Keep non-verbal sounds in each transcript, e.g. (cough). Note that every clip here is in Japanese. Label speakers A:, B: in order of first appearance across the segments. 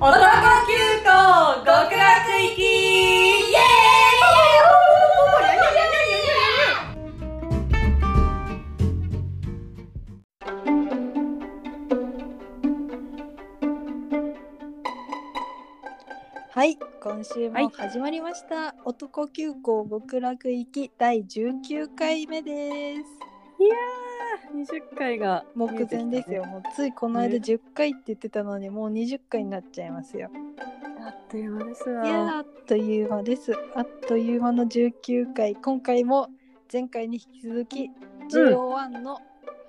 A: 男急行極楽行きイエーイ
B: はい、今週
A: はい
B: も始まりました。男急行極楽行き第19回目です。
A: 20回が
B: 目前ですよ。もうついこの間
A: ね
B: 10回って言ってたのに、もう20回になっちゃいますよ。
A: あっという間です
B: いやー
A: わ
B: あっという間です。あっという間の19回。今回も前回に引き続き GO1 の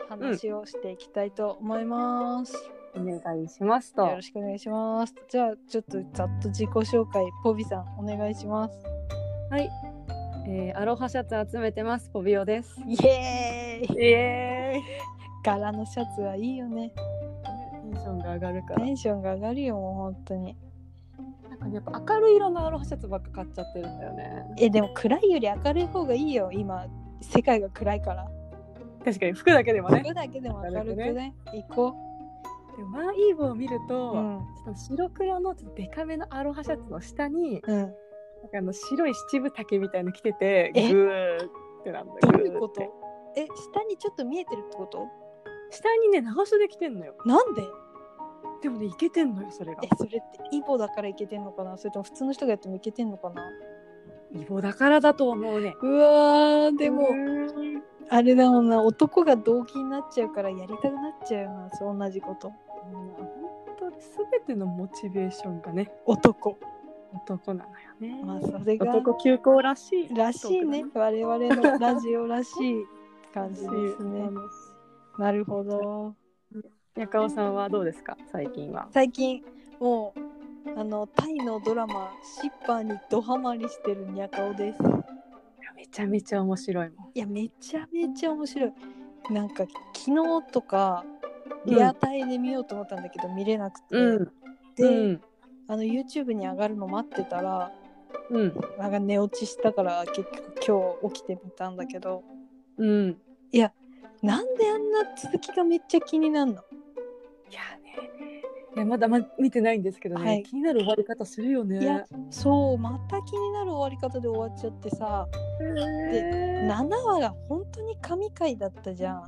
B: 話をしていきたいと思います。
A: お願いしますと
B: よろしくお願いします。じゃあちょっとざっと自己紹介、ポビさんお願いします。
A: えーアロハシャツ集めてますポビオです
B: イエーイ
A: イエーイ
B: 柄のシャツはいいよね。
A: テンションが上がるから
B: テンションが上がるよ、もう本当に。
A: なんかねやっぱ明るい色のアロハシャツばっか買っちゃってるんだよね
B: え、でも暗いより明るい方がいいよ、今。世界が暗いから。
A: 確かに服だけでもね
B: 服だけでも明るく
A: 明るく
B: ね。行こ
A: でもマーイーブを見ると、
B: う。うん。
A: ちょっと白黒のちょっとデカめのアロハシャツの下に
B: うん。
A: なんかあの白い七分丈みたいの着ててグ
B: え
A: ーってなんだ
B: どういうこ
A: グー
B: と
A: って
B: え、下にちょっと見えてるってこと
A: 下にね長袖着てんのよ
B: なんで
A: でもねいけてんのよそれが
B: え、それってイボだからいけてんのかなそれとも普通の人がやってもいけてんのかな
A: イボだからだと思うね
B: うわー、でも、
A: うん
B: あれだもんな、男が動機になっちゃうからやりたくなっちゃうよな、そう同じこと。
A: 本当に全てのモチベーションがね
B: 男。
A: 男なのよね、
B: まあ、それが。
A: 男急行らしい
B: らしいね。我々のラジオらしい感じ
A: そ
B: で
A: うですすね
B: ね。なるほど。
A: やかおさんはどうですか最近は
B: 最近もうあのタイのドラマシッパーにドハマりしてるニャカオです。
A: めちゃめちゃ面白いもん
B: いやめちゃめちゃ面白い。なんか昨日とか
A: うん
B: リアタイで見ようと思ったんだけど、見れなくて、で、
A: うん
B: あの YouTube に上がるの待ってたら
A: うん
B: なんか寝落ちしたから結局今日起きてみたんだけど
A: うん
B: なんであんな続きがめっちゃ気になるの
A: いやね、いやまだま見てないんですけどね、
B: はい
A: 気になる終わり方するよね。
B: いやそうまた気になる終わり方で終わっちゃってさ
A: えー
B: 7話が本当に神回だったじゃん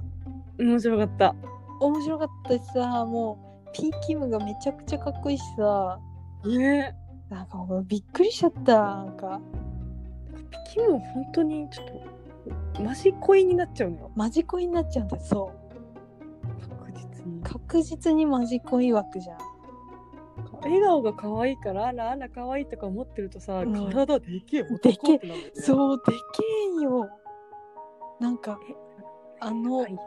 A: 面白かった。
B: 面白かったしさもう P キムがめちゃくちゃかっこいいしさ
A: ね、
B: なんかもうびっくりしちゃったなんか
A: ピキも本当にちょっとマジ恋になっちゃうのよ。
B: マジ恋になっちゃうんだよそう
A: 確実に。
B: 確実にマジ恋枠じゃん
A: 笑顔が可愛いからあらあら可愛いとか思ってるとさ、
B: うん
A: 体でけえ
B: でけえ
A: 男ってなるんだよね。
B: そうでけえよなんか
A: え
B: あの
A: はい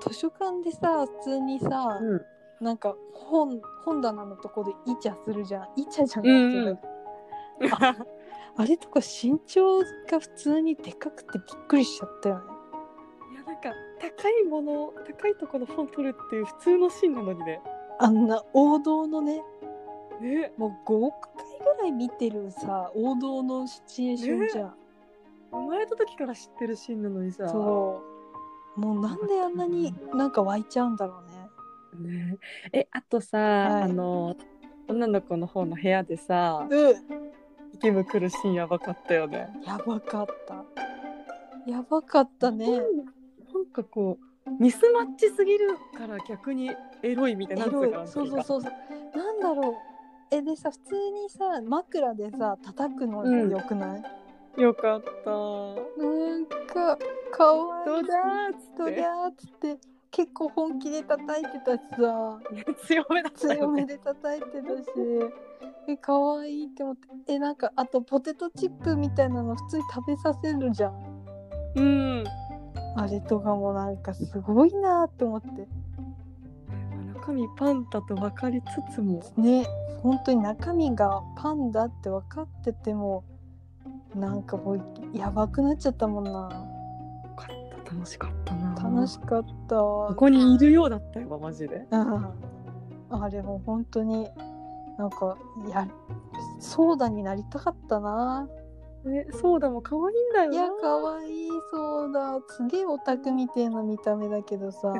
B: 図書館でさ普通にさ、なんか本本棚のとこでイチャするじゃんイチャじゃないけど、
A: うんうん
B: あれとか身長が普通にでかくてびっくりしちゃったよね。
A: いやなんか高いもの高いとこの本取るっていう普通のシーンなのにね。
B: あんな王道のね、
A: ね、
B: もう5億回ぐらい見てるさ、王道のシチュエーションじゃん。
A: 生まれた時から知ってるシーンなのにさ。
B: そう。もうなんであんなになんか湧いちゃうんだろうね。
A: ね、えあとさ、
B: はい
A: あの女の子の方の部屋でさ
B: う
A: ゲーム来るシーンやばかったよね。
B: ん。やばかった。やばかったね。
A: なんかこうミスマッチすぎるから逆にエロいみたいな
B: エ
A: なんつ
B: ロ
A: う
B: い
A: かな。
B: そうそうそうそう。なんだろう。え、でさ、普通にさ、枕でさ、叩くのよくない、
A: うよかった。
B: なんか、かわいい。
A: どうだーっ (laughs) つ
B: と
A: っ
B: りゃーっつって結構本気で叩いてたしさ
A: て強めだった
B: 強
A: よ
B: め
A: ね。
B: で叩いてたしえ可愛いって思ってえなんかあとポテトチップみたいなの普通に食べさせるじゃん
A: うん。
B: あれとかもなんかすごいなーって思って
A: 中身パンダと分かりつつも
B: ね本当に中身がパンダって分かっててもなんかもうやばくなっちゃったもんな
A: よかった楽しかったな。
B: 楽しかった
A: こ
B: わ
A: こにいるようだったよマジで。
B: うんあれも本当になんかやソーダになりたかったな。
A: えソーダも可愛いんだよ
B: い
A: な。
B: や
A: (laughs)
B: 可愛いソーダすげえオタクみたいな見た目だけど
A: (laughs)
B: さ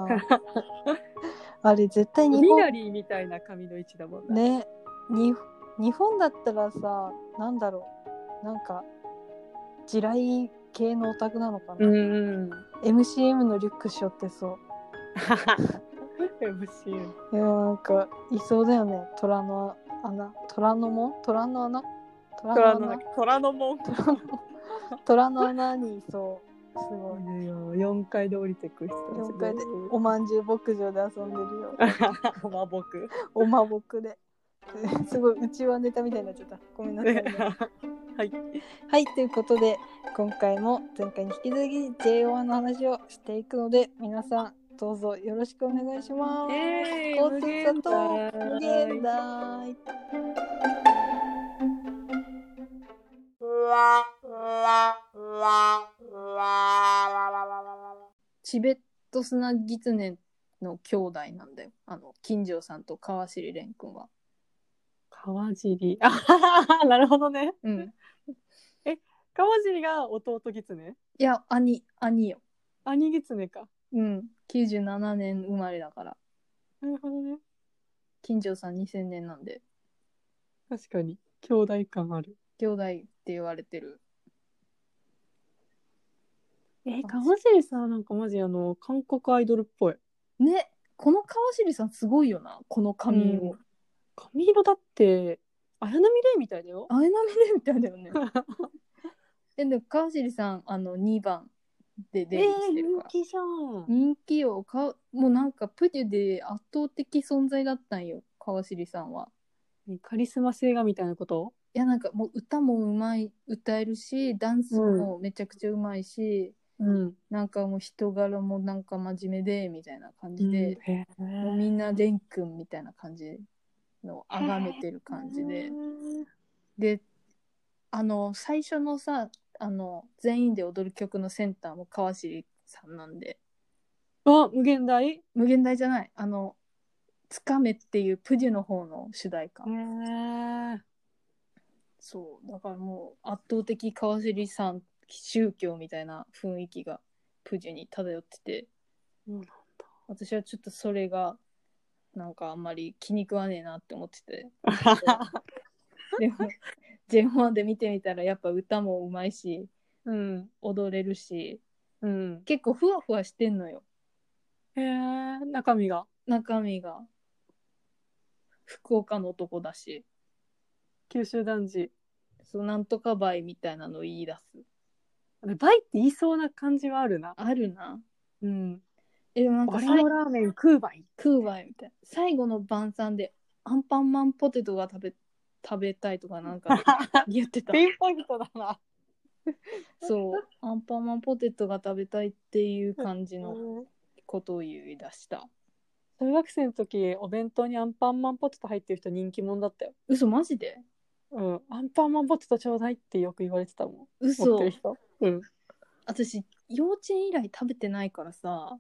B: あれ絶対日
A: ミ
B: 本
A: ラリーみたいな髪の位置だもんな
B: ね
C: に日本だったらさなんだろうなんか地雷系のオタクなのかな、
A: ん。
C: MCM のリュック背負ってそう
A: はは。MC。
C: いやなんかいそうだよね虎の穴虎の門虎の穴虎
A: 虎
C: の
A: の
C: 穴
A: 虎の門。
C: (laughs) 虎の穴にいそうすごい
A: 四階で降りてく人たち。
C: 4階でおまんじゅう牧場で遊んでるよ
A: お (laughs) まぼく。
C: おまぼくで (laughs) すごいうちはネタみたいになっちゃったごめんなさい、ね、
A: (laughs) はい。
C: はいということで今回も前回に引き続き JO1 の話をしていくので皆さんどうぞよろしくお願いします。
A: え
C: 大津さんと無限大
B: チベットスナギツネの兄弟なんだよ。あの、金城さんと川尻蓮くんは。
A: 川尻。あははなるほどね。
B: うん。
A: 川尻が弟狐
B: いや、兄、兄よ。
A: 兄狐か。
B: うん。97年生まれだから。
A: なるほどね。
B: 金城さん2000年なんで、
A: 確かに。兄弟感ある。
B: 兄弟って言われてる。
A: え、川尻さんなんかマジあの、韓国アイドルっぽい。
B: ね、この川尻さんすごいよな。この髪を。
A: 髪色だって、綾波レイみたいだよ。
B: あえなみでみたいだよね。 (laughs) え、でも川尻さん、あの、2番でデビューしてるから。
A: 気じゃん。
B: 人気よかもうなんかプデュで圧倒的存在だったんよ川尻さんは
A: カリスマ性がみたいなこと
B: いやなんかもう歌もうまい歌えるしダンスもめちゃくちゃうまいし、
A: うん。
B: なんかもう人柄もなんか真面目でみたいな感じで
A: で、、へ
B: もうみんな蓮くんみたいな感じのあがめてる感じで、であの最初のさあの全員で踊る曲のセンターも川尻さんなんで
A: あ、無限大へ
B: 無限大じゃないあの「つかめ」っていうプデュの方の主題歌、
A: ー
B: そうだからもう圧倒的川尻さん宗教みたいな雰囲気がプデュに漂ってて
A: そうなんだ
B: 私はちょっとそれがなんかあんまり気に食わねえなって思って
A: (laughs)
B: てでも J1 で見てみたらやっぱ歌もうまいし
A: うん。
B: 踊れるし
A: うん。
B: 結構ふわふわしてんのよ
A: へえ、中身が。
B: 中身が福岡の男だし
A: 九州男児。
B: そうなんとかバイみたいなのを言い出す
A: あれバイって言いそうな感じはあるな。
B: あるな
A: うん。
B: えでもなんか
A: 俺
B: さい
A: のラーメン食うバイ。
B: クーバイみたいな最後の晩餐でアンパンマンポテトが食べ食べたいとかなん
A: (laughs)
B: か言ってた
A: (laughs) ピンポイントだな。
B: そうアンパンマンポテトが食べたいっていう感じの
A: (laughs)
B: ことを言い出した
A: 小学生の時、お弁当にアンパンマンポテト入ってる人人気者だったよ。
B: 嘘マジで
A: うん。アンパンマンポテトちょうだいってよく言われてたもん。持っ
B: 嘘
A: てる人。うん。
B: 私幼稚園以来食べてないからさ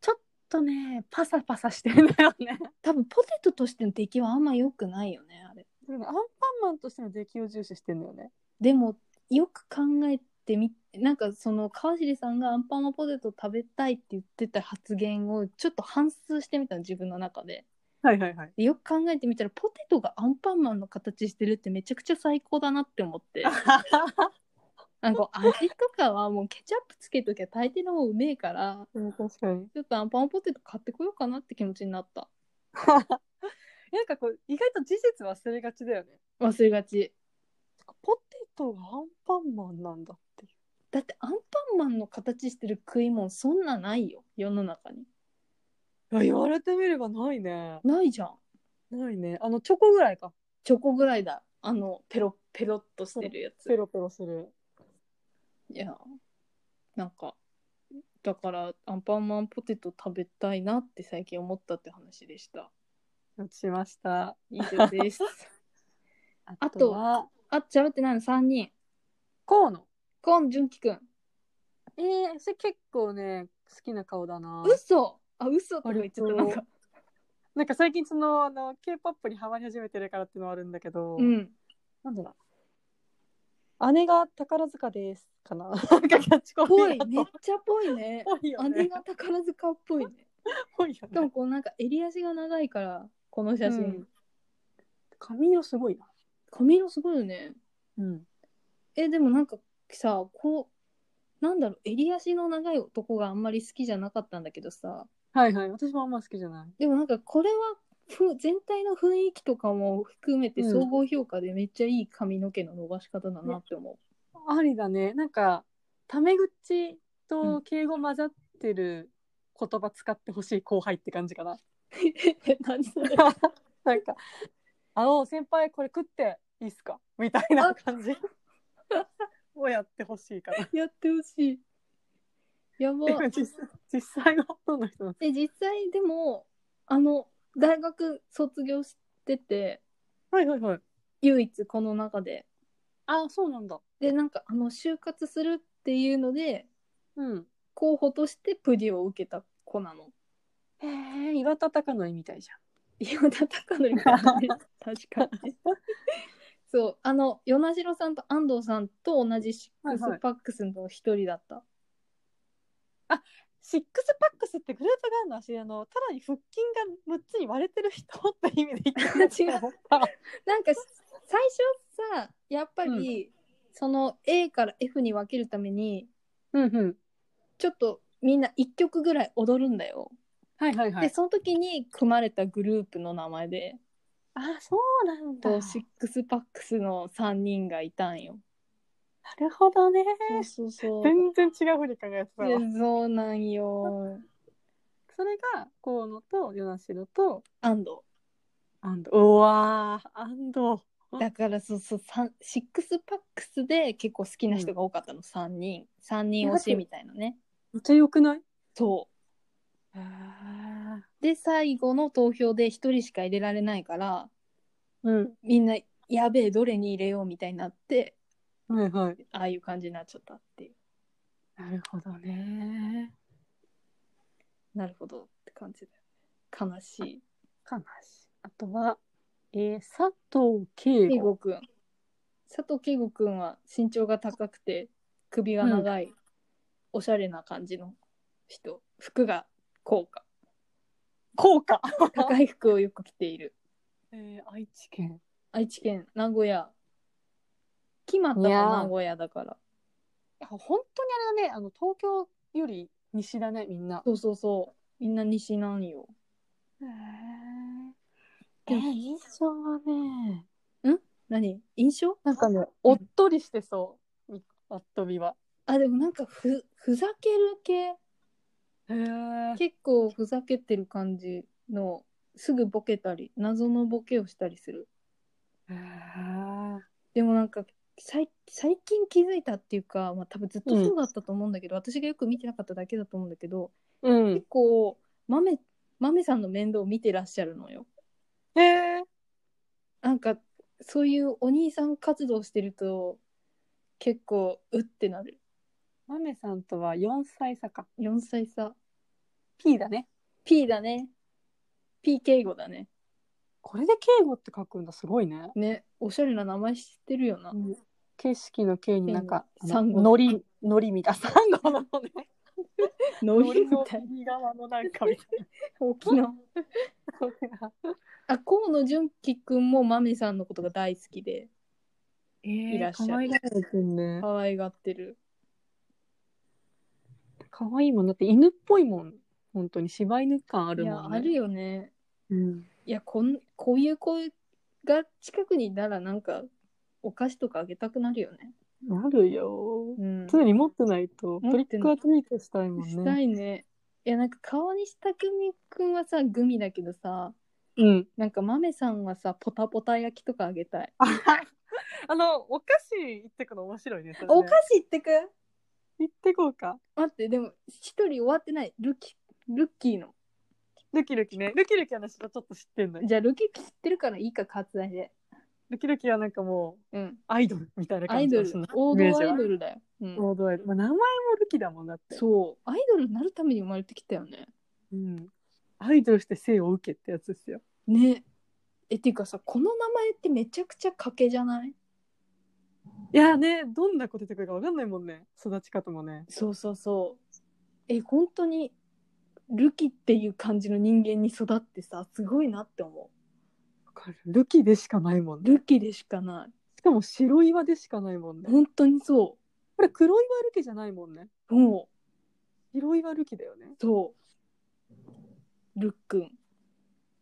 B: ちょっとねパサパサしてるんだよね多分ポテトとしての出来はあんま良くないよねあれ
A: アンパンマンとしての出来を重視してんだよね。
B: でもよく考えてみなんかその川尻さんがアンパンマンポテト食べたいって言ってた発言をちょっと反芻してみたの自分の中で
A: はいはいはい。
B: でよく考えてみたらポテトがアンパンマンの形してるってめちゃくちゃ最高だなって思
A: (laughs)
B: ってなんか味とかはもうケチャップつけときゃ大抵の方うめえから
A: (laughs) うん、確かに。
B: ちょっとアンパンマンポテト買ってこようかなって気持ちになった
A: なんかこう、意外と事実忘れがちだよね。
B: 忘れがち
A: ポテトがアンパンマンなんだってい
B: だってアンパンマンの形してる食い物そんなないよ世の中に
A: う。言われてみればないね。
B: ないじゃん
A: ないね。あの、チョコぐらいか。
B: チョコぐらいだあのペロペロっとしてるやつ
A: ペロペロする。
B: いやなんかだからアンパンマンポテト食べたいなって最近思ったって話でした
A: 落ちました。
B: 以上です
A: あ
B: と
A: は、
B: あっ喋ってないの3人
A: 河野。
B: コンジュンキくん
A: ええそれ結構ね、好きな顔だな
B: 嘘あ嘘とか言っちゃったなんか
A: なんか最近その、あの、K-POP にハマり始めてるからっていうのはあるんだけど、
B: うん
A: なんだろう。姉が宝塚です。か (laughs) な。なんかキャッチコピ
B: ぽ
A: ー
B: い
A: だ
B: めっ
A: と。
B: ちゃぽい (laughs) ね
A: ぽいよ
B: 姉
A: ね。
B: が宝塚っぽ (laughs) いね
A: ぽいよ
B: しか
A: ね
B: も。こうなんか襟足が長いからこの写真、
A: うん髪色すごいな。
B: 髪色すごいよね。
A: うん。
B: え、でもなんかさ、こう、なんだろう、襟足の長い男があんまり好きじゃなかったんだけどさ、
A: はいはい。私もあんま好きじゃない。
B: でもなんかこれはふ全体の雰囲気とかも含めて
A: うん
B: 総合評価でめっちゃいい髪の毛の伸ばし方だなって思う。
A: ありだね。なんか、タメ口と敬語混ざってる言葉使ってほしい後輩って感じかな。
B: え (laughs) 何それ
A: (laughs) なんか、あの、先輩これ食っていいっすかみたいな感 (laughs) じをやってほしいかな。
B: やってほしい。
A: (laughs)
B: やば。
A: でも実際実際はどんな人なの
B: え、実際でも、あの、大学卒業してて、
A: はいはいはい。
B: 唯一この中で。
A: あ、そうなんだ。
B: で、なんかあの、就活するっていうので、
A: うん。
B: 候補としてプディを受けた子なの。
A: へえ、岩田隆のみたいじ
B: 岩田貴則だね確かにそうあの与那城さんと安藤さんと同じシックスパックスの一人だった、
A: シックスパックスってグループがあるの私あのただに腹筋が6つに割れてる人って意味で言ってるのかと思 (laughs) った
B: なんか最初さやっぱり、その A から F に分けるために
A: うんうん
B: ちょっとみんな1曲ぐらい踊るんだよ、
A: はいはいは
B: でその時に組まれたグループの名前で
A: あそうなんだ
B: とシックスパックスの3人がいたんよ
A: なるほどね
B: そうそうそう
A: 全然違うふうに考えてたわ
B: いやそうなんよ
A: それが河野と与那城と
B: 安藤
A: 安藤うわー安藤
B: だからそうそう三シックスパックスで結構好きな人が多かったの、三3人3人推しみたいなね
A: めっちゃ良くない
B: そう
A: へー
B: で最後の投票で1人しか入れられないから
A: うん
B: みんなやべえどれに入れようみたいになって
A: はいはい
B: ああいう感じになっちゃったっていう
A: なるほどね
B: なるほどって感じで悲しい
A: 悲しいあとはえー、佐藤圭
B: 圭
A: 吾
B: 吾くん佐藤圭吾くんは身長が高くて首が長い、おしゃれな感じの人服が高
A: (laughs)
B: 価
A: 効果、
B: 高い服をよく着ている
A: えー、愛知県
B: 愛知県名古屋決まったもん
A: いやー
B: 名古屋だから
A: いや本当にあれだねあの東京より西だねみんな。
B: そうそうそうみんな西なんよ
A: へえ印象はね
B: 何印象
A: なんかねおっとりしてそうみあっとびは。
B: あでもなんかふふざける系
A: へえ
B: 結構ふざけてる感じのすぐボケたり謎のボケをしたりするでもなんか最最近気づいたっていうか、まあ、多分ずっとそうだったと思うんだけど、私がよく見てなかっただけだと思うんだけど、
A: うん
B: 結構まめまめさんの面倒を見てらっしゃるのよ
A: へえ
B: なんかそういうお兄さん活動してると結構うってなる
A: まめさんとは4歳差か
B: 4歳差
A: P だね
B: P だね P 敬語だね
A: これで敬語って書くんだすごいね、
B: ねおしゃれな名前知ってるよな、
A: 景色の景になんか
B: 景に珊瑚
A: のりのりみたいなサンゴのね
B: ノ
A: の
B: リ
A: り
B: み
A: の
B: たい
A: 右側のなんかみたい
B: 沖縄
A: な
B: あ河野純喜くんもまめさんのことが大好きで
A: (laughs) えー
B: いらっしゃる
A: 可愛がられてんね
B: 可愛がってる
A: 可愛いもんだって犬っぽいもん本当に柴犬感あ
B: い
A: る
B: や
A: もん、ね、
B: あるよね
A: うん、
B: いやこんこういう子が近くにいたらなんかお菓子とかあげたくなるよね
A: あるよ
B: うん
A: 常に持ってないと
B: 持
A: トリ
B: っ
A: ッ
B: てない
A: クアトリートしたいも
B: し
A: ん
B: た
A: ね
B: いね。いやなんか川西匠くんはさグミだけどさ
A: うん
B: なんか豆さんはさポタポタ焼きとかあげたい。
A: あのお菓子行ってくの面白いね
B: お菓子ってく
A: 行ってこうか
B: 待ってでも一人終わってないルキルッキーの。
A: ルキルキねルキルキは私はちょっと知ってんのよ
B: じゃあルキ知ってるからいいか割愛で。
A: ルキルキはなんかもう
B: うん。
A: アイドルみたいな
B: ア
A: 感
B: イ
A: じ
B: ド
A: が
B: ル
A: するの
B: 王
A: イメー
B: 道
A: ジ
B: ア
A: は
B: イドルだよ。うん、
A: 王道アイドル、まあ、名前もルキだもんだって
B: そうアイドルになるために生まれてきたよね。
A: う、ん、アイドルして生を受けってやつですよ
B: ね。えっていうかさこの名前ってめちゃくちゃ賭けじゃない
A: いやねどんな子出てくるかわかんないもんね育ち方もね
B: そうそうそう。え、本当に、ルキっていう感じの人間に育ってさ、すごいなって思
A: かる。ルキでしかないもんね。
B: ルキでしかな
A: しかも白岩でしかないもんね
B: い。。本当にそ
A: これ黒岩ルキじゃないもんね。
B: う。も
A: 白岩ルキだよね。
B: う、そう。ルックン。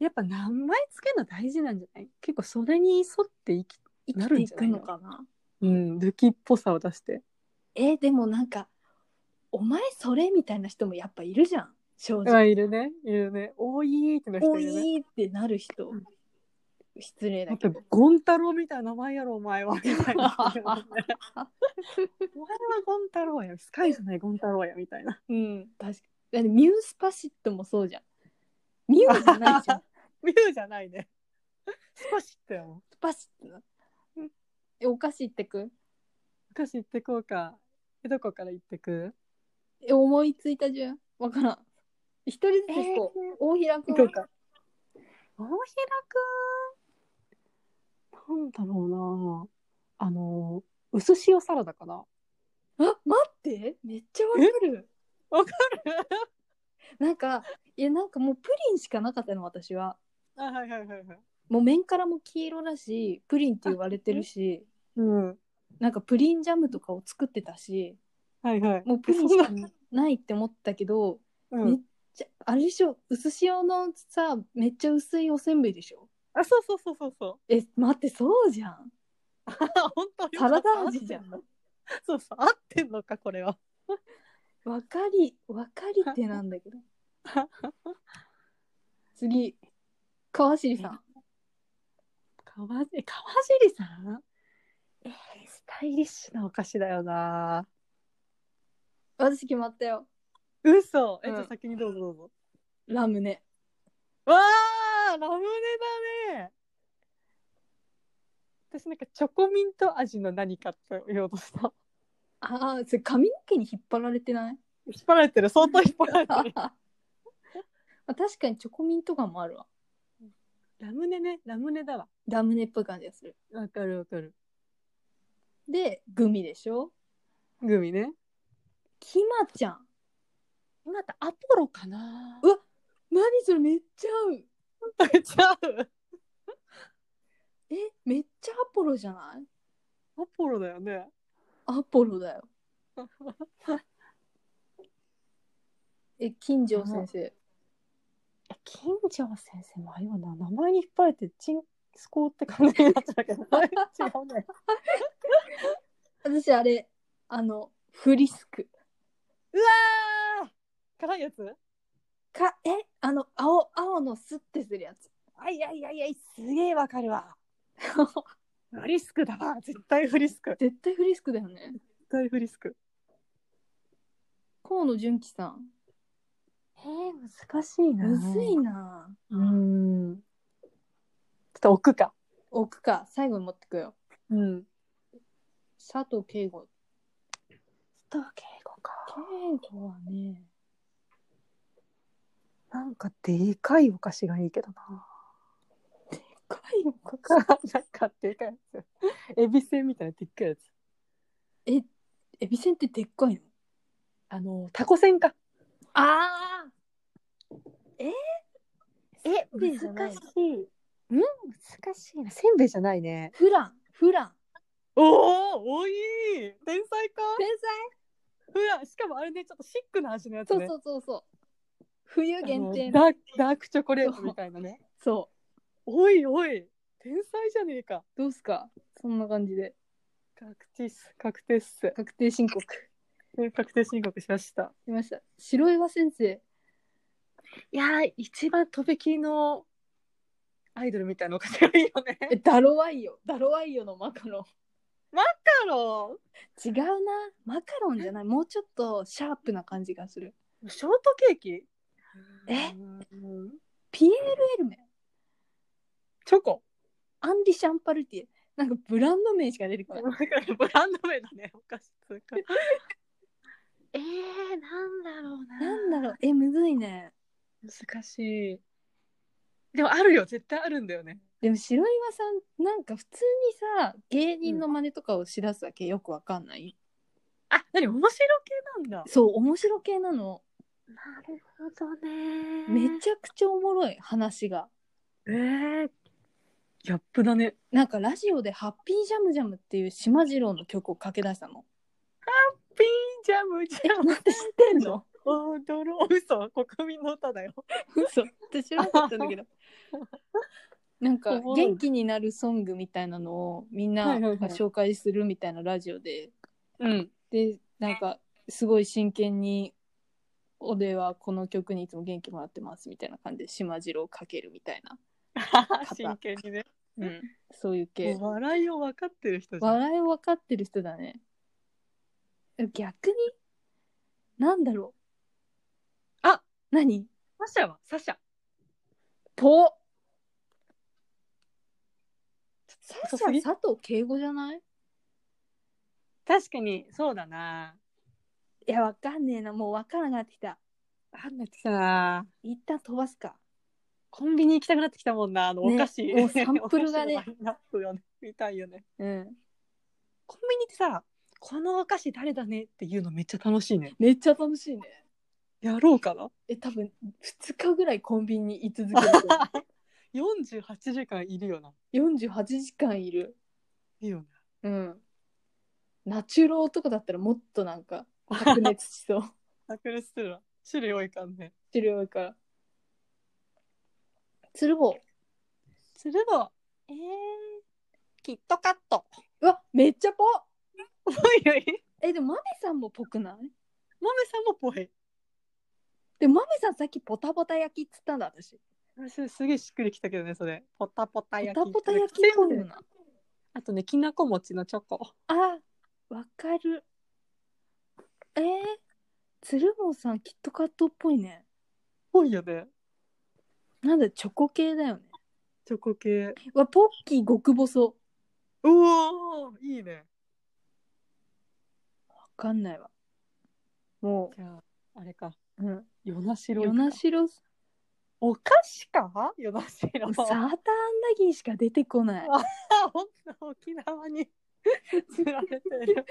A: やっぱ名前つけるの大事なんじゃない結構それに沿って生き、
B: 生き
A: なる
B: て
A: ん
B: い
A: じゃな
B: く
A: い
B: のかな
A: うん、ルキっぽさを出して。
B: えーでもなんか、お前それみたいな人もやっぱいるじゃん。正
A: あ、
B: 直。
A: いるね。いるね。多いってな人
B: 多
A: いるね。
B: いってなる人
A: うん。
B: 失礼
A: だ
B: だ
A: って
B: けど。
A: ゴン太郎みたいな名前やろお (laughs) 前は。みたいなお前はゴン太郎やスカイじゃないゴン太郎やみたいな。
B: うん、確かだってミュースパシットもそうじゃん。ミューじゃない
A: (laughs)
B: じゃん。
A: ミュウじゃないね。少しっても
B: スパシットな。え、お菓子行ってく
A: 昔行ってこうか。えどこから行ってく？
B: え、思いついた順わからん。一人ずつ行こう。
A: えー
B: 大平くん。
A: か。大平くん。なんだろうな。あの薄塩サラダかな。
B: あ、待ってめっちゃわかる。
A: わか
B: なんか、いや、なんかもうプリンしかなかったの、私は。
A: (laughs) あはいはいはいはい。
B: もう麺からも黄色だし、プリンって言われてるし、
A: うん。
B: なんかプリンジャムとかを作ってたし、
A: はいはい。
B: もうプリンしかないって思ったけど、
A: う
B: ね
A: ん。
B: じゃあれでしょ、薄塩のさ、めっちゃ薄いおせんべいでしょ。
A: あそうそうそうそうそう。
B: え、待って、そうじゃん。
A: あ (laughs) 本当よか
B: サ
A: った
B: ラダ味じゃん。
A: そうそう合ってんのかこれは。
B: わかり、わかりってなんだけど。 (laughs) 次、川尻さん。
A: 川え川尻さんえースタイリッシュなお菓子だよな
B: 私決まったよ。
A: 嘘え、
B: うん
A: じゃあ先にどうぞどうぞ
B: ラムネ。
A: わあラムネだね私なんかチョコミント味の何かって言おうとした
B: ああ、それ髪の毛に引っ張られてない
A: 引っ張られてる相当引っ張られてる
B: (laughs) まあ確かにチョコミント感もあるわ。
A: ラムネねラムネだわ
B: ラムネっぽい感じがする。
A: わかるわかる
B: で、グミでしょ
A: グミね
B: きまちゃん。
A: またアポロかな
B: うわ何それめっちゃ合う。
A: めっちゃ合う
B: え、めっちゃアポロじゃない
A: アポロだよね
B: アポロだよ。 (laughs) え、金城先生。
A: 金城先生もあれはな名前に引っ張られてチンスコーって感じになっち (laughs) ゃうけど違うね
B: 私あれ、あの、フリスク。
A: うわー辛いやつ
B: か、え、あの、青、青のスッてするやつ。
A: あいやいやいやすげえわかる (laughs) わフリスクだわ絶対フリスク絶
B: 絶対フリスクだよね。
A: 対フリスク
B: 河野純喜さん。
A: え難しいな
B: むずいな。
A: うんちょっと置くか
B: 置くか。最後に持ってくよ。
A: うん
B: 佐藤敬吾。
A: 佐藤敬語か
B: 敬吾はね、
A: なんかでかいお菓子がいいけどな
B: かいのか
A: (laughs) なんかでかいやつエビせんみたいなでっかいやつ
B: え、エビせんってでっかいの
A: あのタコせんか
B: ああえ
A: え
B: せんべいじゃない
A: 難しい。うん難しいな。せんべいじゃないね。
B: フラン、フラン。
A: おお多い天才か
B: 天
A: ふやしかもあれねちょっとシックな味のやつ
B: 才
A: ね。
B: そうそうそうそう。冬限定
A: あ
B: の。
A: のダークダークチョコレートみたいなね。
B: そ
A: おいおい天才じゃねえか。
B: う。どうすかそんな感じで。
A: 確定っす確定っす。
B: 確定申告。
A: 確定申告しました。
B: いました。白岩先生。
A: いやー一番とべきのアイドルみたいなお菓子がいいよね。
B: え、ダロワイヨ。ダロワイヨのマカロン。
A: だろ
B: 違うな。マカロンじゃない。もうちょっとシャープな感じがする。
A: う。ショートケーキ。
B: え
A: うん
B: ピエール・エルメ。
A: チョコ。
B: アンリ・シャンパルティエ。なんかブランド名しか出てこない。
A: なんかブランド名だね、 (laughs) お菓子通貨。えー、なんだろう
B: な
A: な。
B: んだろう。え、むずいね。
A: 難しい。でもあるよ、絶対あるんだよね。
B: でも白岩さんなんか普通にさ芸人の真似とかをしらすわけよくわかんない、
A: あ、なに、面白系なんだ。
B: そう面白系なの
A: なるほどね
B: めちゃくちゃおもろい話が
A: えー、ギャップだね。
B: なんかラジオで「ハッピージャムジャム」っていう島次郎の曲をかけ出した (laughs) の。
A: ピンジャムジャム。
B: 待って知ってんの
A: 踊ろう。嘘。国民の歌だよ。
B: 嘘って知らなかったんだ (laughs) けど。なんか元気になるソングみたいなのをみん
A: は
B: ない
A: はい
B: が
A: はい
B: 紹介するみたいなラジオで、
A: (laughs) うん。
B: でなんかすごい真剣に「おではこの曲にいつも元気もらってます」みたいな感じで島次郎かけるみたいな、
A: 真剣にね。
B: うん、そういう系
A: もう笑いを分かってる人じゃん。
B: 笑いを分かってる人だね逆になんだろう
A: あ
B: 何
A: サシャはサシャ。
B: ぽサ
A: 遅
B: シ
A: すぎ
B: ャ佐藤敬語じゃない
A: 確かに、そうだな。
B: いやわかんねえなもうわからなくなってきた
A: あんなってきたな。
B: 一旦飛ばすか
A: コンビニ行きたくなってきたもんな。あの、
B: ね
A: お菓子。
B: もうサンプルがね
A: (laughs) お菓子のラインナップよね。見たいよね。
B: うん
A: コンビニってさ、このお菓子誰だねっていうのめっちゃ楽しいね。
B: めっちゃ楽しいね
A: やろうかな。
B: え多分2日ぐらいコンビニに居続けると思
A: 48時間いるよな。
B: う48時間いる
A: いいよね。
B: うんナチュローとかだったらもっとなんか白熱しそう
A: 白熱するわ。種類多いからね。
B: 種類多いから鶴房
A: するの。えー、キットカット。
B: うわめっちゃぽ
A: ぽいよい。
B: えでもマメさんもぽくない
A: マメさんもぽい。
B: でもマメさんさっきポタポタ焼きっつったんだ私
A: 私すげえしっくりきたけどね、それ。ポタポタ
B: ポ
A: 焼き。
B: タポタ焼きっぽいよな
A: あとね、きなこ餅のチョコ。
B: あわかるえー、鶴房さんキットカットっぽいね
A: ぽいよね。
B: なんだチョコ系だよね
A: チョコ系。
B: うわポッキー極細わ
A: うおーいいね。
B: かんないわも
A: じゃあ、あれか。
B: う、うん、
A: ヨナシロイカ
B: 与那城さ
A: お菓子かヨナシロ
B: んサーターアンダギーしか出てこない
A: あ、ほんと沖縄に (laughs) 釣られてる。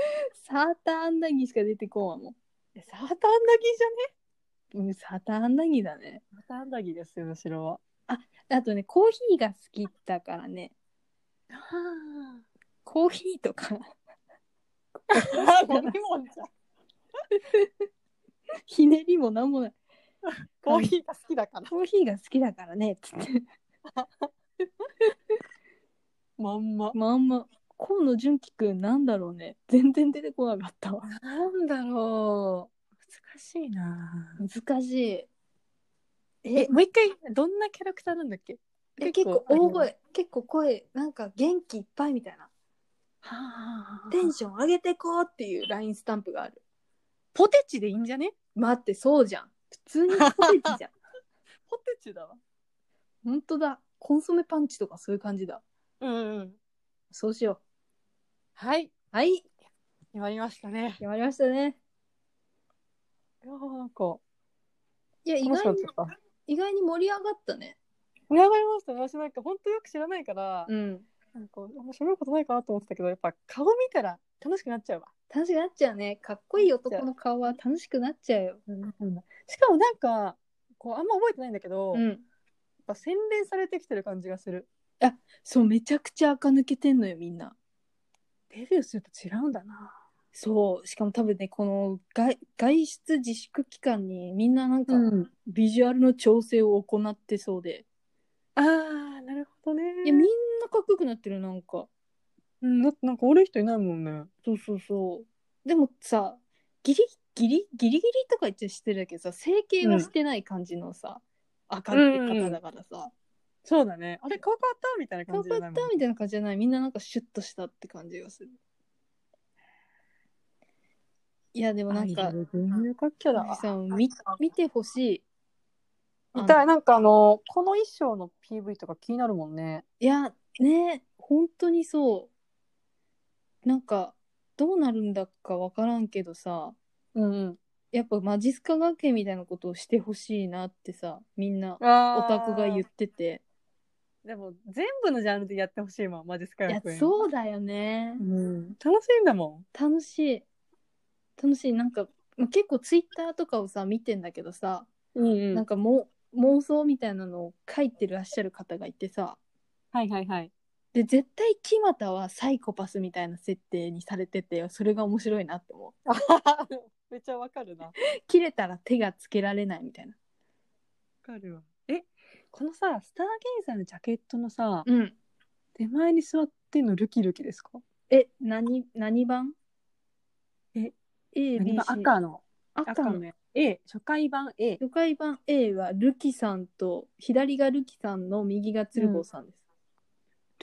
B: サーターアンダギーしか出てこんわも
A: えサーターアンダギーじゃね
B: ううんサーターアンダギーだね
A: サーターアンダギーですよ、ヨナシロは。
B: あとねコーヒーが好きだからねコーヒーとか
A: あー、飲み物じゃん。
B: ひねりもなんもない
A: コーヒーが好きだから。
B: コーヒーが好きだからねつって
A: まんま。
B: まああんま河野純喜くんなんだろうね (laughs) 全然出てこなかったわ
A: なんだろう。難しいな。
B: 難しい
A: え、もう一回、どんなキャラクターなんだっけ
B: え結構大。声結構声なんか元気いっぱいみたいなテンション上げてこうっていう LINE スタンプがある
A: ポテチでいいんじゃね
B: 待ってそうじゃん普通にポテチじ
A: (laughs)
B: ゃん
A: ポテチだわ。
B: 本当だコンソメパンチとかそういう感じだ
A: うんうん。
B: そうしよ
A: はい。
B: うはい
A: 決まりましたね。
B: 決まりましたね
A: いやーなんか、
B: いや意
A: 楽しか
B: 外
A: っ
B: に
A: た。
B: 意外に盛り上がったね
A: 盛り上がりましたね。私なんか本当よく知らないから、
B: うん
A: なんか、あんま喋ることないかなと思ってたけど、やっぱ顔見たら楽しくなっちゃうわ。
B: 楽しくなっちゃうねかっこいい男の顔は楽しくなっちゃうよ
A: しかもなんか、こう、あんま覚えてないんだけど、やっ
B: ん
A: ぱ洗練されてきてる感じがする。
B: そうめちゃくちゃ垢抜けてんのよみんな
A: デビューすると違うんだな。
B: そうしかも多分ねこの外外出自粛期間にみんななんか
A: うん。
B: ビジュアルの調整を行ってそうで、
A: あー、なるほどね。
B: いやみんなかっこよくなってるなんか
A: うん、だってなんか俺人いないもんね。
B: そうそうそうでもさギリギリギリギリとか言っちゃしてるけどさ整形はしてない感じのさ、垢抜け方だからさ、
A: そうだね。あれ、顔変わったみたいな
B: か
A: 感じじゃな
B: か
A: い
B: っ
A: も
B: た
A: ん。
B: みたいな感じじゃないみんななんかシュッとしたって感じがするいやでもなんか
A: 全然活気だわ。
B: さん見見てほしい
A: 見たい。なんかあの、この衣装の PV とか気になるもんね。
B: いやね本当にそうなんかどうなるんだかわからんけどさ
A: うんうん。
B: やっぱマジスカ学園みたいなことをしてほしいなってさみんなオ
A: オ
B: タクが言ってて
A: でも、全部のジャンルでやってほしいもん、マジスカ
B: いや
A: 学園。
B: そうだよね
A: うん。楽しいんだも
B: 楽しい楽しいなんかまあ結構ツイッターとかをさ見てんだけどさ、
A: ん。うんう
B: なんかもう妄想みたいなのを書いてらっしゃる方がいてさ
A: はいはいはい。
B: で絶対木俣はサイコパスみたいな設定にされててそれが面白いなって思う
A: (laughs) めっちゃわかるな。わ
B: 切れたら手がつけられないみたいな
A: かるわ。え、このさ、スターゲイザーのジャケットのさ、
B: うん
A: 手前に座ってんのルキルキですか
B: え何何番
A: え
B: A B
A: 今
B: C
A: 赤の、
B: 赤
A: 赤
B: の
A: の A、初回版 A。
B: 初回版 A はルキさんと左がルキさんの右が鶴房さんです、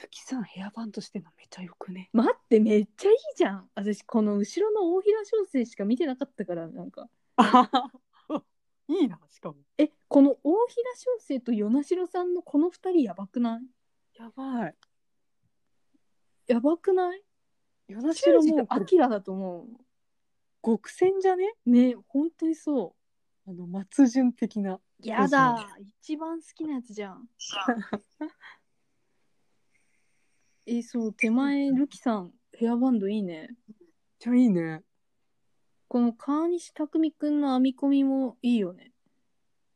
A: ルキさんヘアバンドしてんのめっちゃよくね。
B: 待ってめっちゃいいじゃん私この後ろの大平小生しか見てなかったからなんか
A: (laughs) いいな、しかも。
B: えこの大平小生と与那城さんのこの二人やばくない
A: やばい。
B: やばくない
A: ヨナシ
B: 後
A: ロ
B: ろ
A: も
B: もう
A: う
B: アキラだと思
A: 極戦じゃね
B: うね本当にそ
A: あの、松潤的な。
B: うやだ一番好きなやつじゃ (laughs) んえそう手前ルキさんヘアバンドいいね
A: めっちゃいいね。
B: この川西匠くんの編み込みもいいよね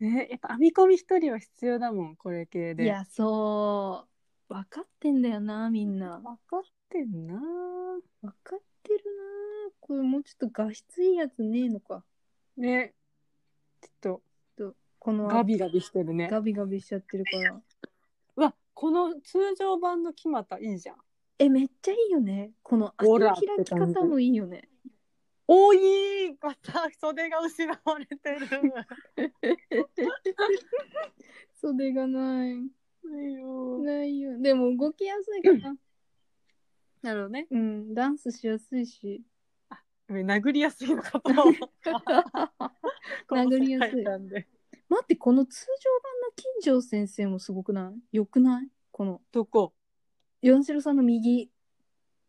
A: ね、やっぱ編み込み一人は必要だもん、これ系で。
B: いやそう分かってんだよなみんな
A: 分かってんな
B: 分かってるなこれもうちょっと画質いいやつねえのか
A: ね。ちょっ
B: この
A: と、ガビガビしてるね。
B: ガビガビしちゃってるから
A: うわ、この通常版の木俣いいじゃん。
B: えめっちゃいいよねこの足
A: オ
B: の
A: ラ
B: 開
A: って感
B: き
A: じ
B: 方もいいよね
A: おいまた袖が失われてる。
B: 袖がない
A: いいよ
B: ないよでも動きやすいか
A: (laughs)
B: な
A: なるほどね。
B: うんダンスしやすい
A: (laughs)
B: し
A: 殴りやすいのかと。 (laughs)
B: 殴りやすい
A: なんで。
B: 待ってこの通常版の金城先生もすごくないよくないこの
A: どこ
B: 四代さんの右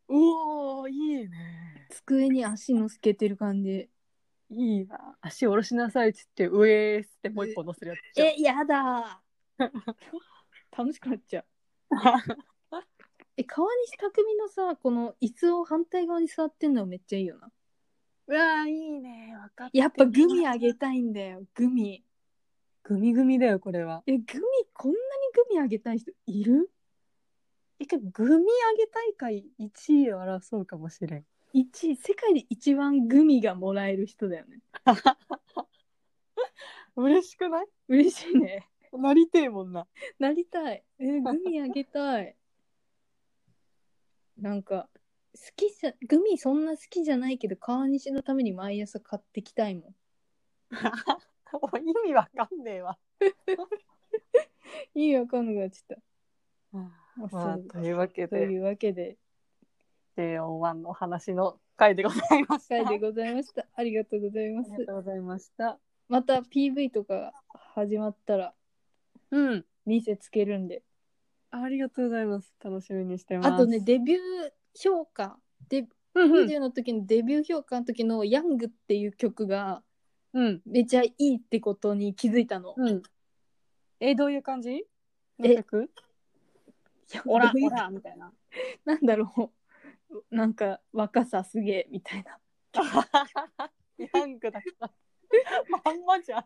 A: うおー、いいね。
B: 机に足のすけてる感じ
A: いいな。足下ろしなさいっつって、上ーっつってもう一本乗せるやつじゃん。
B: え
A: (laughs)
B: やだー楽しくなっちゃうえ川西匠のさこの椅子を反対側に座ってんのめっちゃいいよな
A: うわー、いいね。わかっ
B: やっぱグミあげたいんだよグミ
A: グミグミだよ、これは。
B: えグミこんなにグミあげたい人いる
A: え、けどグミあげ大会1位を争うかもしれん。
B: 一位世界で一番グミがもらえる人だよね
A: (laughs) 嬉しくない
B: 嬉しいね (laughs)
A: なりてえもんな。
B: なりたいえグミあげた (laughs) いなんか好きじゃグミそんな好きじゃないけど川西のために毎朝買ってきたいもん
A: 意味わかんねえわ。
B: いいわかんなくなっちゃっ
A: まあ、
B: そう
A: というわけ
B: たと
A: で、
B: いうわけで
A: JO1 の話の回でございました。
B: 回でございましたありがとうございま
A: あ
B: す
A: りがとうございました。
B: また PV とか始まったら
A: うん。
B: 見せつけるんで
A: ありがとうございます。楽しみにしてます。
B: あとね、デビュー評価デ
A: うんうん、
B: 20の時のデビュー評価の時の「ヤング」っていう曲が
A: うん。
B: めちゃいいってことに気づいたの。
A: うん。え、どういう感じ
B: え
A: の曲
B: いや
A: オラ、
B: どういう
A: オラ、みたいな。
B: (laughs) なんだろうなんか若さすげえみたいな (laughs)
A: ヤングだから。まんまじゃん。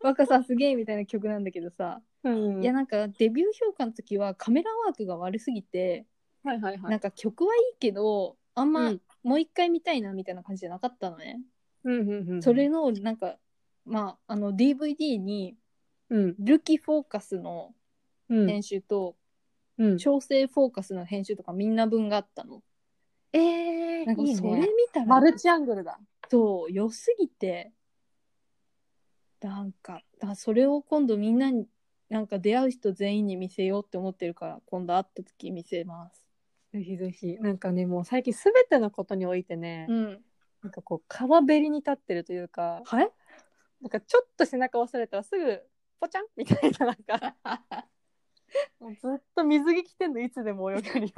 B: 若さすげえみたいな曲なんだけどさ、
A: うん
B: いやなんかデビュー評価の時はカメラワークが悪すぎて、
A: はいはいは
B: なん
A: い。
B: か曲はいいけどあんま
A: うん
B: もう一回見たいなみたいな感じじゃなかったのね。
A: うんうんうん。
B: それ、のなんかまああの DVD に
A: うん。
B: ルキフォーカスの
A: うん。
B: 編集と
A: うん、
B: 調整フォーカスの編集とかみんな分があったの。
A: えー、
B: なんか
A: いい
B: それ見
A: ね。
B: たら、
A: マルチアングルだ。
B: そう良すぎてなんかだそれを今度みんなになんか出会う人全員に見せようって思ってるから今度会った時見せます。
A: ぜひぜひ。なんかね、もう最近すべてのことにおいてね、
B: うん、
A: なんかこう、川べりに立ってるというか、
B: はい
A: なんかちょっと背中押されたらすぐ、ポチャンみたいな、なんか、 (laughs) もうずっと水着着てんのいつでも泳げるよ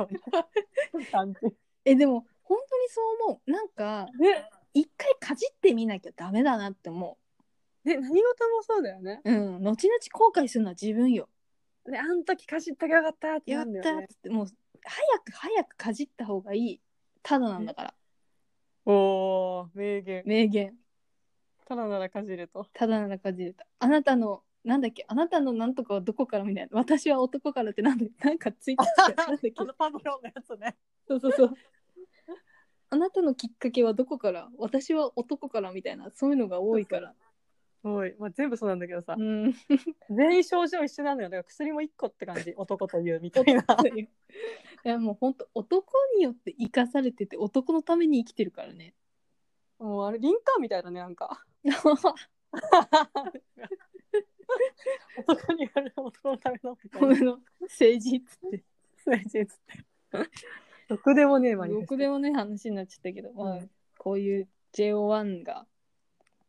A: う (laughs) な感じ。
B: えでも本当にそう思うなんか
A: ね、
B: 一回かじってみなきゃダメだなって思
A: ね、何事もそうだよね。
B: う。うん後々後悔するのは自分よ。
A: ね、あん時かじったきゃよかったって
B: や
A: な
B: っ
A: んだ
B: た
A: よ
B: っ
A: ね
B: つ。ってもう早く早くかじった方がいいただなんだから
A: おー、名言。
B: 名言
A: ただならかじると。
B: ただならかじれたあなたの
D: なんだっけあなたのなんとかはどこからみたいな私は男からってなんだ (laughs) なんかツイッタ
A: (laughs)
D: ーなんだっけ
A: あのパブロンのやつね。
D: そうそうそうあなたのきっかけはどこから私は男からみたいなそういうのが多いから
A: おい、まあ、全部そうなんだけどさ
D: う、ん (laughs)
A: 全員症状一緒なのよ。だから薬も一個って感 (laughs) じ、男というみたいな。
D: いやもう本当男によって生かされてて男のために生きてるからね
A: もうあれ、リンカーンみたいだね、なんか。 (laughs)
D: (laughs)
A: 男にやる男のためのみ (laughs) たいな。
D: 俺の政治っつって
A: 政治っつって。どこでもねえ、マニフェスト
D: 僕でもね話になっちゃったけど、まあ
A: うん
D: こういう JO1 が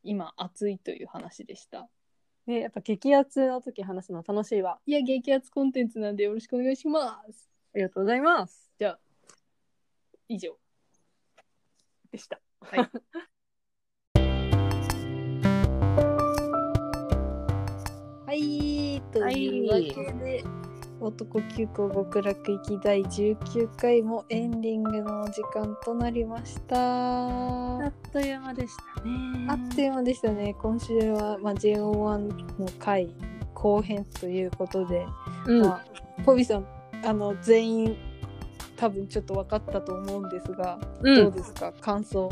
D: 今熱いという話でした
A: ね、やっぱ激アツの時話すの楽しいわ。
D: いや激アツコンテンツなんでよろしくお願いします
A: ありがとうございます。
D: じゃあ以上
A: でした。
D: はい
B: はい、というわけで、男急行極楽行き第19回もエンディングのお時間となりました。あっ
D: という間でしたね
B: という間でしたね。今週は、まあ、JO1 の回後編ということで、
A: うん。
B: まあ、ポビさん、あの、全員多分ちょっと分かったと思うんですが、どうですか感想。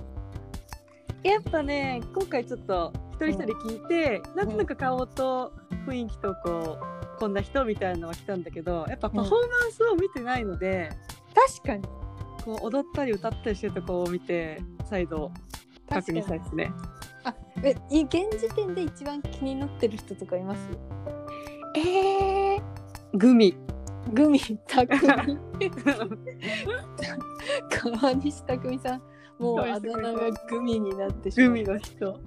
A: やっぱね今回ちょっと一人一人聞いて、なんとなく顔と雰囲気とこうこんな人みたいなのは来たんだけどやっぱパフォーマンスを見てないので、
B: 確かに。
A: こう踊ったり歌ったりしてるとこを見て再度確認したいですね。
B: え、い現時点で一番気になってる人とかいます
A: えー、グ (laughs) ミ
B: グミ、たく
A: (laughs)
B: み。川西匠さんもうあだ名がグミになってしま
A: グ
B: う
A: ミの人。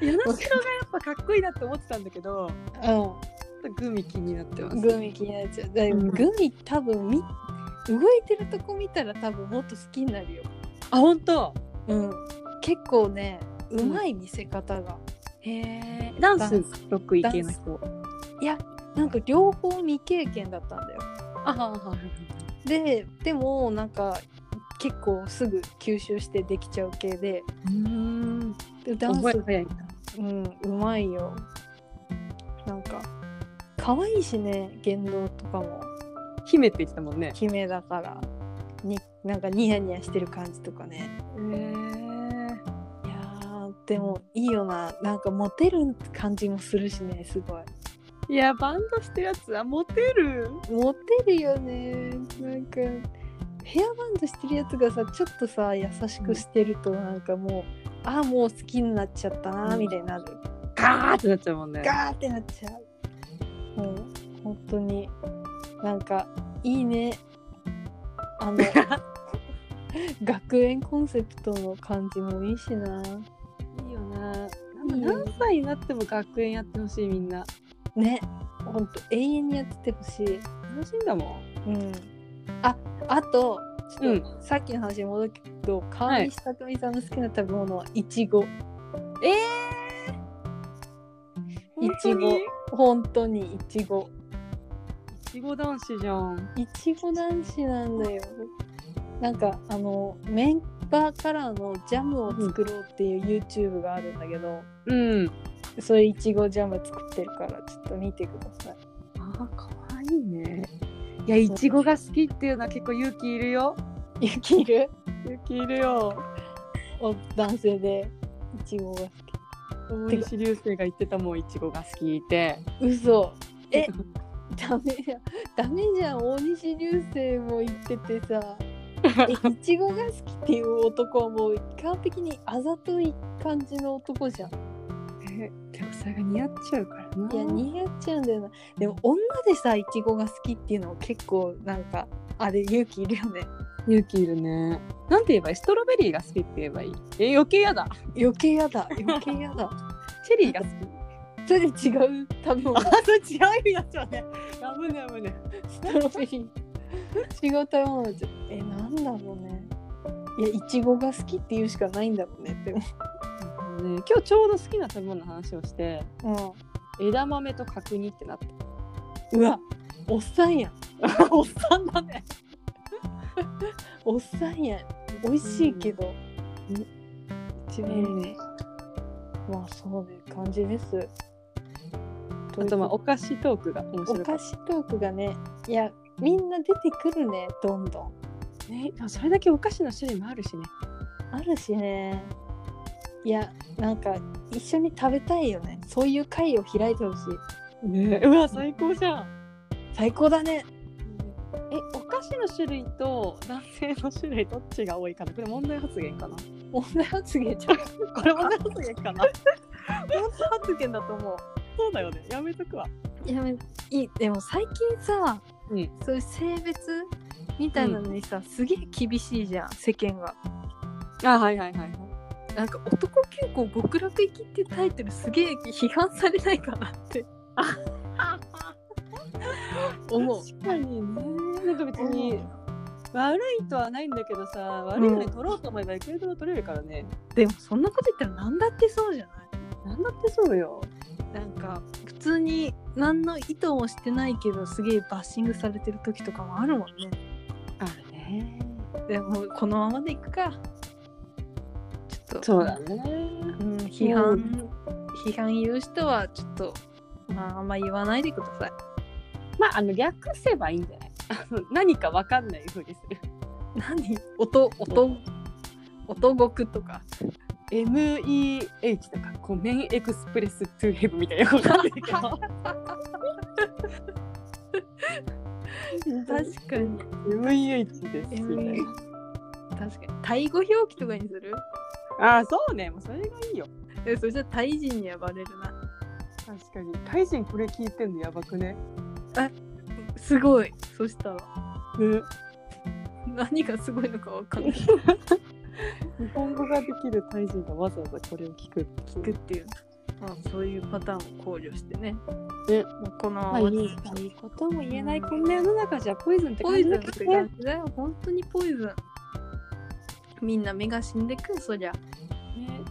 A: いやなんかやっぱかっこいいなって思ってたんだけどグミ気になってま
B: うん
A: す。
B: グミ気になっちゃうだから
A: うん
B: グミ多分み動いてるとこ見たら多分もっと好きになるよ、
A: あ本当
B: うん、結構ねうまい見せ方が、
A: へえダンス得意系の人。
B: なんか両方未経験だったんだよ
A: あはは
B: ででもなんか結構すぐ吸収してできちゃう系で
A: うん
B: でダン
A: 覚え
B: ス
A: が早いんだ。
B: うんうまいよなんか可愛いしね言動とかも
A: 姫って言ってたもんね。
B: 姫だからになんかニヤニヤしてる感じとかね
A: へー
B: いやーでもいいよななんかモテる感じもするしねすごい
A: いやバンドしてるやつはモテる
B: モテるよねなんかヘアバンドしてるやつがさちょっとさ優しくしてるとなんかもう、ああもう好きになっちゃったな
A: うん
B: みたいになる、
A: ガーってなっちゃうもんね
B: ガーってなっちゃうもう本当になんかいいねあ
A: (laughs)
B: の学園コンセプトの感じもいいしない
A: いよな
B: か
A: 何歳になっても学園やってほしいみんな
B: ねほんと永遠にやっててほしい
A: 楽しいんだもん
B: うんああとちょっと、
A: う
B: さっきの話に戻るけど川
A: はい
B: 西匠さんの好きな食べ物はいちごいちご
A: い
B: 本当にいちご
A: ちご男子じゃん
B: いちご男子なんだよなんかあのメンバーカラーのジャムを作ろうっていう YouTube があるんだけど、
A: うん
B: それいちごジャム作ってるからちょっと見てください
A: あーかわいいねいやいちごが好きっていうのは結構勇気いるよ
B: (laughs) ゆきる
A: 勇気いるよ
B: お男性でいちごが好き
A: 大西流星が言ってたもんいちごが好きって
B: 嘘えダメじゃんダメじゃん大西流星も言っててさえいちごが好きっていう男はもう完璧にあざとい感じの男じゃん
A: えでもそれが似合っちゃうからない
B: や似合っちゃうんだよなでも女でさいちごが好きっていうのも結構なんかあれ勇気いるよね
A: 勇気いるねなんて言えばいいストロベリーが好きって言えばいいえ余計やだ
B: 余計やだ余計やだ
A: チェリーが好き
B: それ違う食べ物
A: (laughs) あ、それ違う意味になっちゃうね。やぶねやぶね。
B: ストロベリー違う食べ物じゃえなんだろうねいやいちごが好きっていうしかないんだろうねって
A: 今日ちょうど好きな食べ物の話をして、
B: 思う、
A: 枝豆と角煮ってなった。
B: うん、うわおっさんやん
A: おっさんだね。
B: おっさんやん美味しいけど、
A: うん
B: 一番ねまあそうね感じです
A: あとまあお菓子トークが面
B: お
A: 白かっ
B: 菓子トークがねいやみんな出てくるねどんどん
A: たねでもそれだけお菓子の種類もあるしね
B: あるしねいやなんか一緒に食べたいよねそういう会を開いてほしい
A: ねうわ最高じゃん
B: 最高だね
A: えお菓子の種類と男性の種類どっちが多いかなこれ問題発言かな
B: 問題発言じゃん
A: これ問題発言かな問題発言だと思うそうだよねやめとくわ
B: いやいいでも最近さ、
A: うん
B: そういう性別みたいなのにさ、すげえ厳しいじゃん世間が
A: あはいはいはい
B: なんか男急行極楽行きってタイトルすげえ批判されないかなって思う
A: 確かにねなんか別に悪いとはないんだけどさ悪いのに取ろうと思えばいくらでも取れるからね、
B: でもそんなこと言ったら何だってそうじゃない
A: なんだってそうよ
B: なんか普通に何の意図もしてないけどすげえバッシングされてる時とかもあるもんね
A: あるね
B: でもこのままでいくかちょっと
A: そうだね
B: うん、批判、批判言う人はちょっとまああんま言わないでください
A: まああの略せばいいんじゃないあの何かわかんないふうにする
B: 何音音音ごくとか
A: MEH とかコメンエクスプレストゥヘブみたいなことある (laughs) けど
B: 確かに
A: MEH です
B: MEH 確かにタイ語表記とかにする
A: ああそうねもうそれがいいよ
B: えそしたらタイ人にはバレるな
A: 確かにタイ人これ聞いてんのやばくね
B: すごいそしたら
A: ね
B: 何がすごいのかわかんない
A: 日本語ができるタイ人がわざわざこれを聞く
B: 聞くっていう、まあ、そういうパターンを考慮してね
A: ね
B: もうこの、
A: まあいいいいことも言えないこんな世の中じゃポイズンって
B: ポ
A: 感
B: イ
A: じ
B: ズンっ
A: だけ
B: て
A: ど
B: 感じだよ本当にポイズンみんな目が死んでくそりゃ
A: ね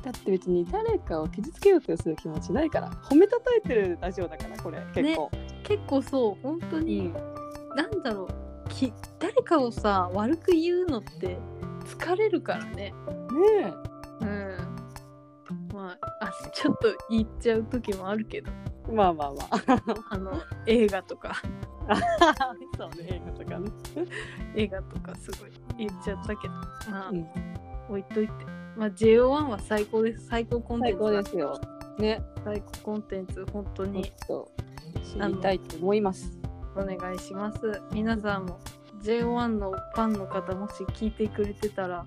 A: だって別に誰かを傷つけようとする気持ちないから褒めたたえてるラジオだからこれ結構、
B: 結構そう本当
A: う
B: に、
A: ん
B: なんだろうき誰かをさ悪く言うのって疲れるからね
A: ね
B: うんまああちょっと言っちゃう時もあるけど
A: えまあまあまあ (laughs)
B: あの映画とか
A: そうね映画とかね
B: 映画とかすごい言っちゃったけどまあ、
A: うん
B: 置いといてまあ JO1 は最高です最高コンテン
A: 最
B: ツ
A: 高
B: だ
A: ですよね
B: 最高コンテンツ本当
A: もっ
B: に
A: と知りたいと思います
B: お願いします皆さんも JO1 のファンの方もし聞いてくれてたら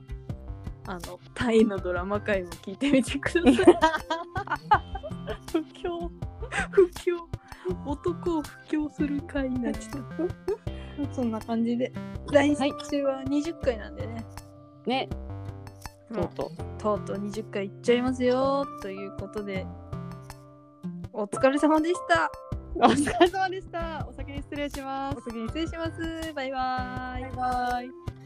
B: あのタイのドラマ回も聞いてみてください不況不況男を不況する回になっちゃった (laughs) そんな感じで来
A: はい
B: 週は20回なんでね、
A: ね
B: も
A: と
B: う
A: うと
B: とうとう20回いっちゃいますよということでお疲れ様でした
A: うお疲れ様でしたお先に失礼します
B: お次に失礼しますバイバイ
A: バイバイ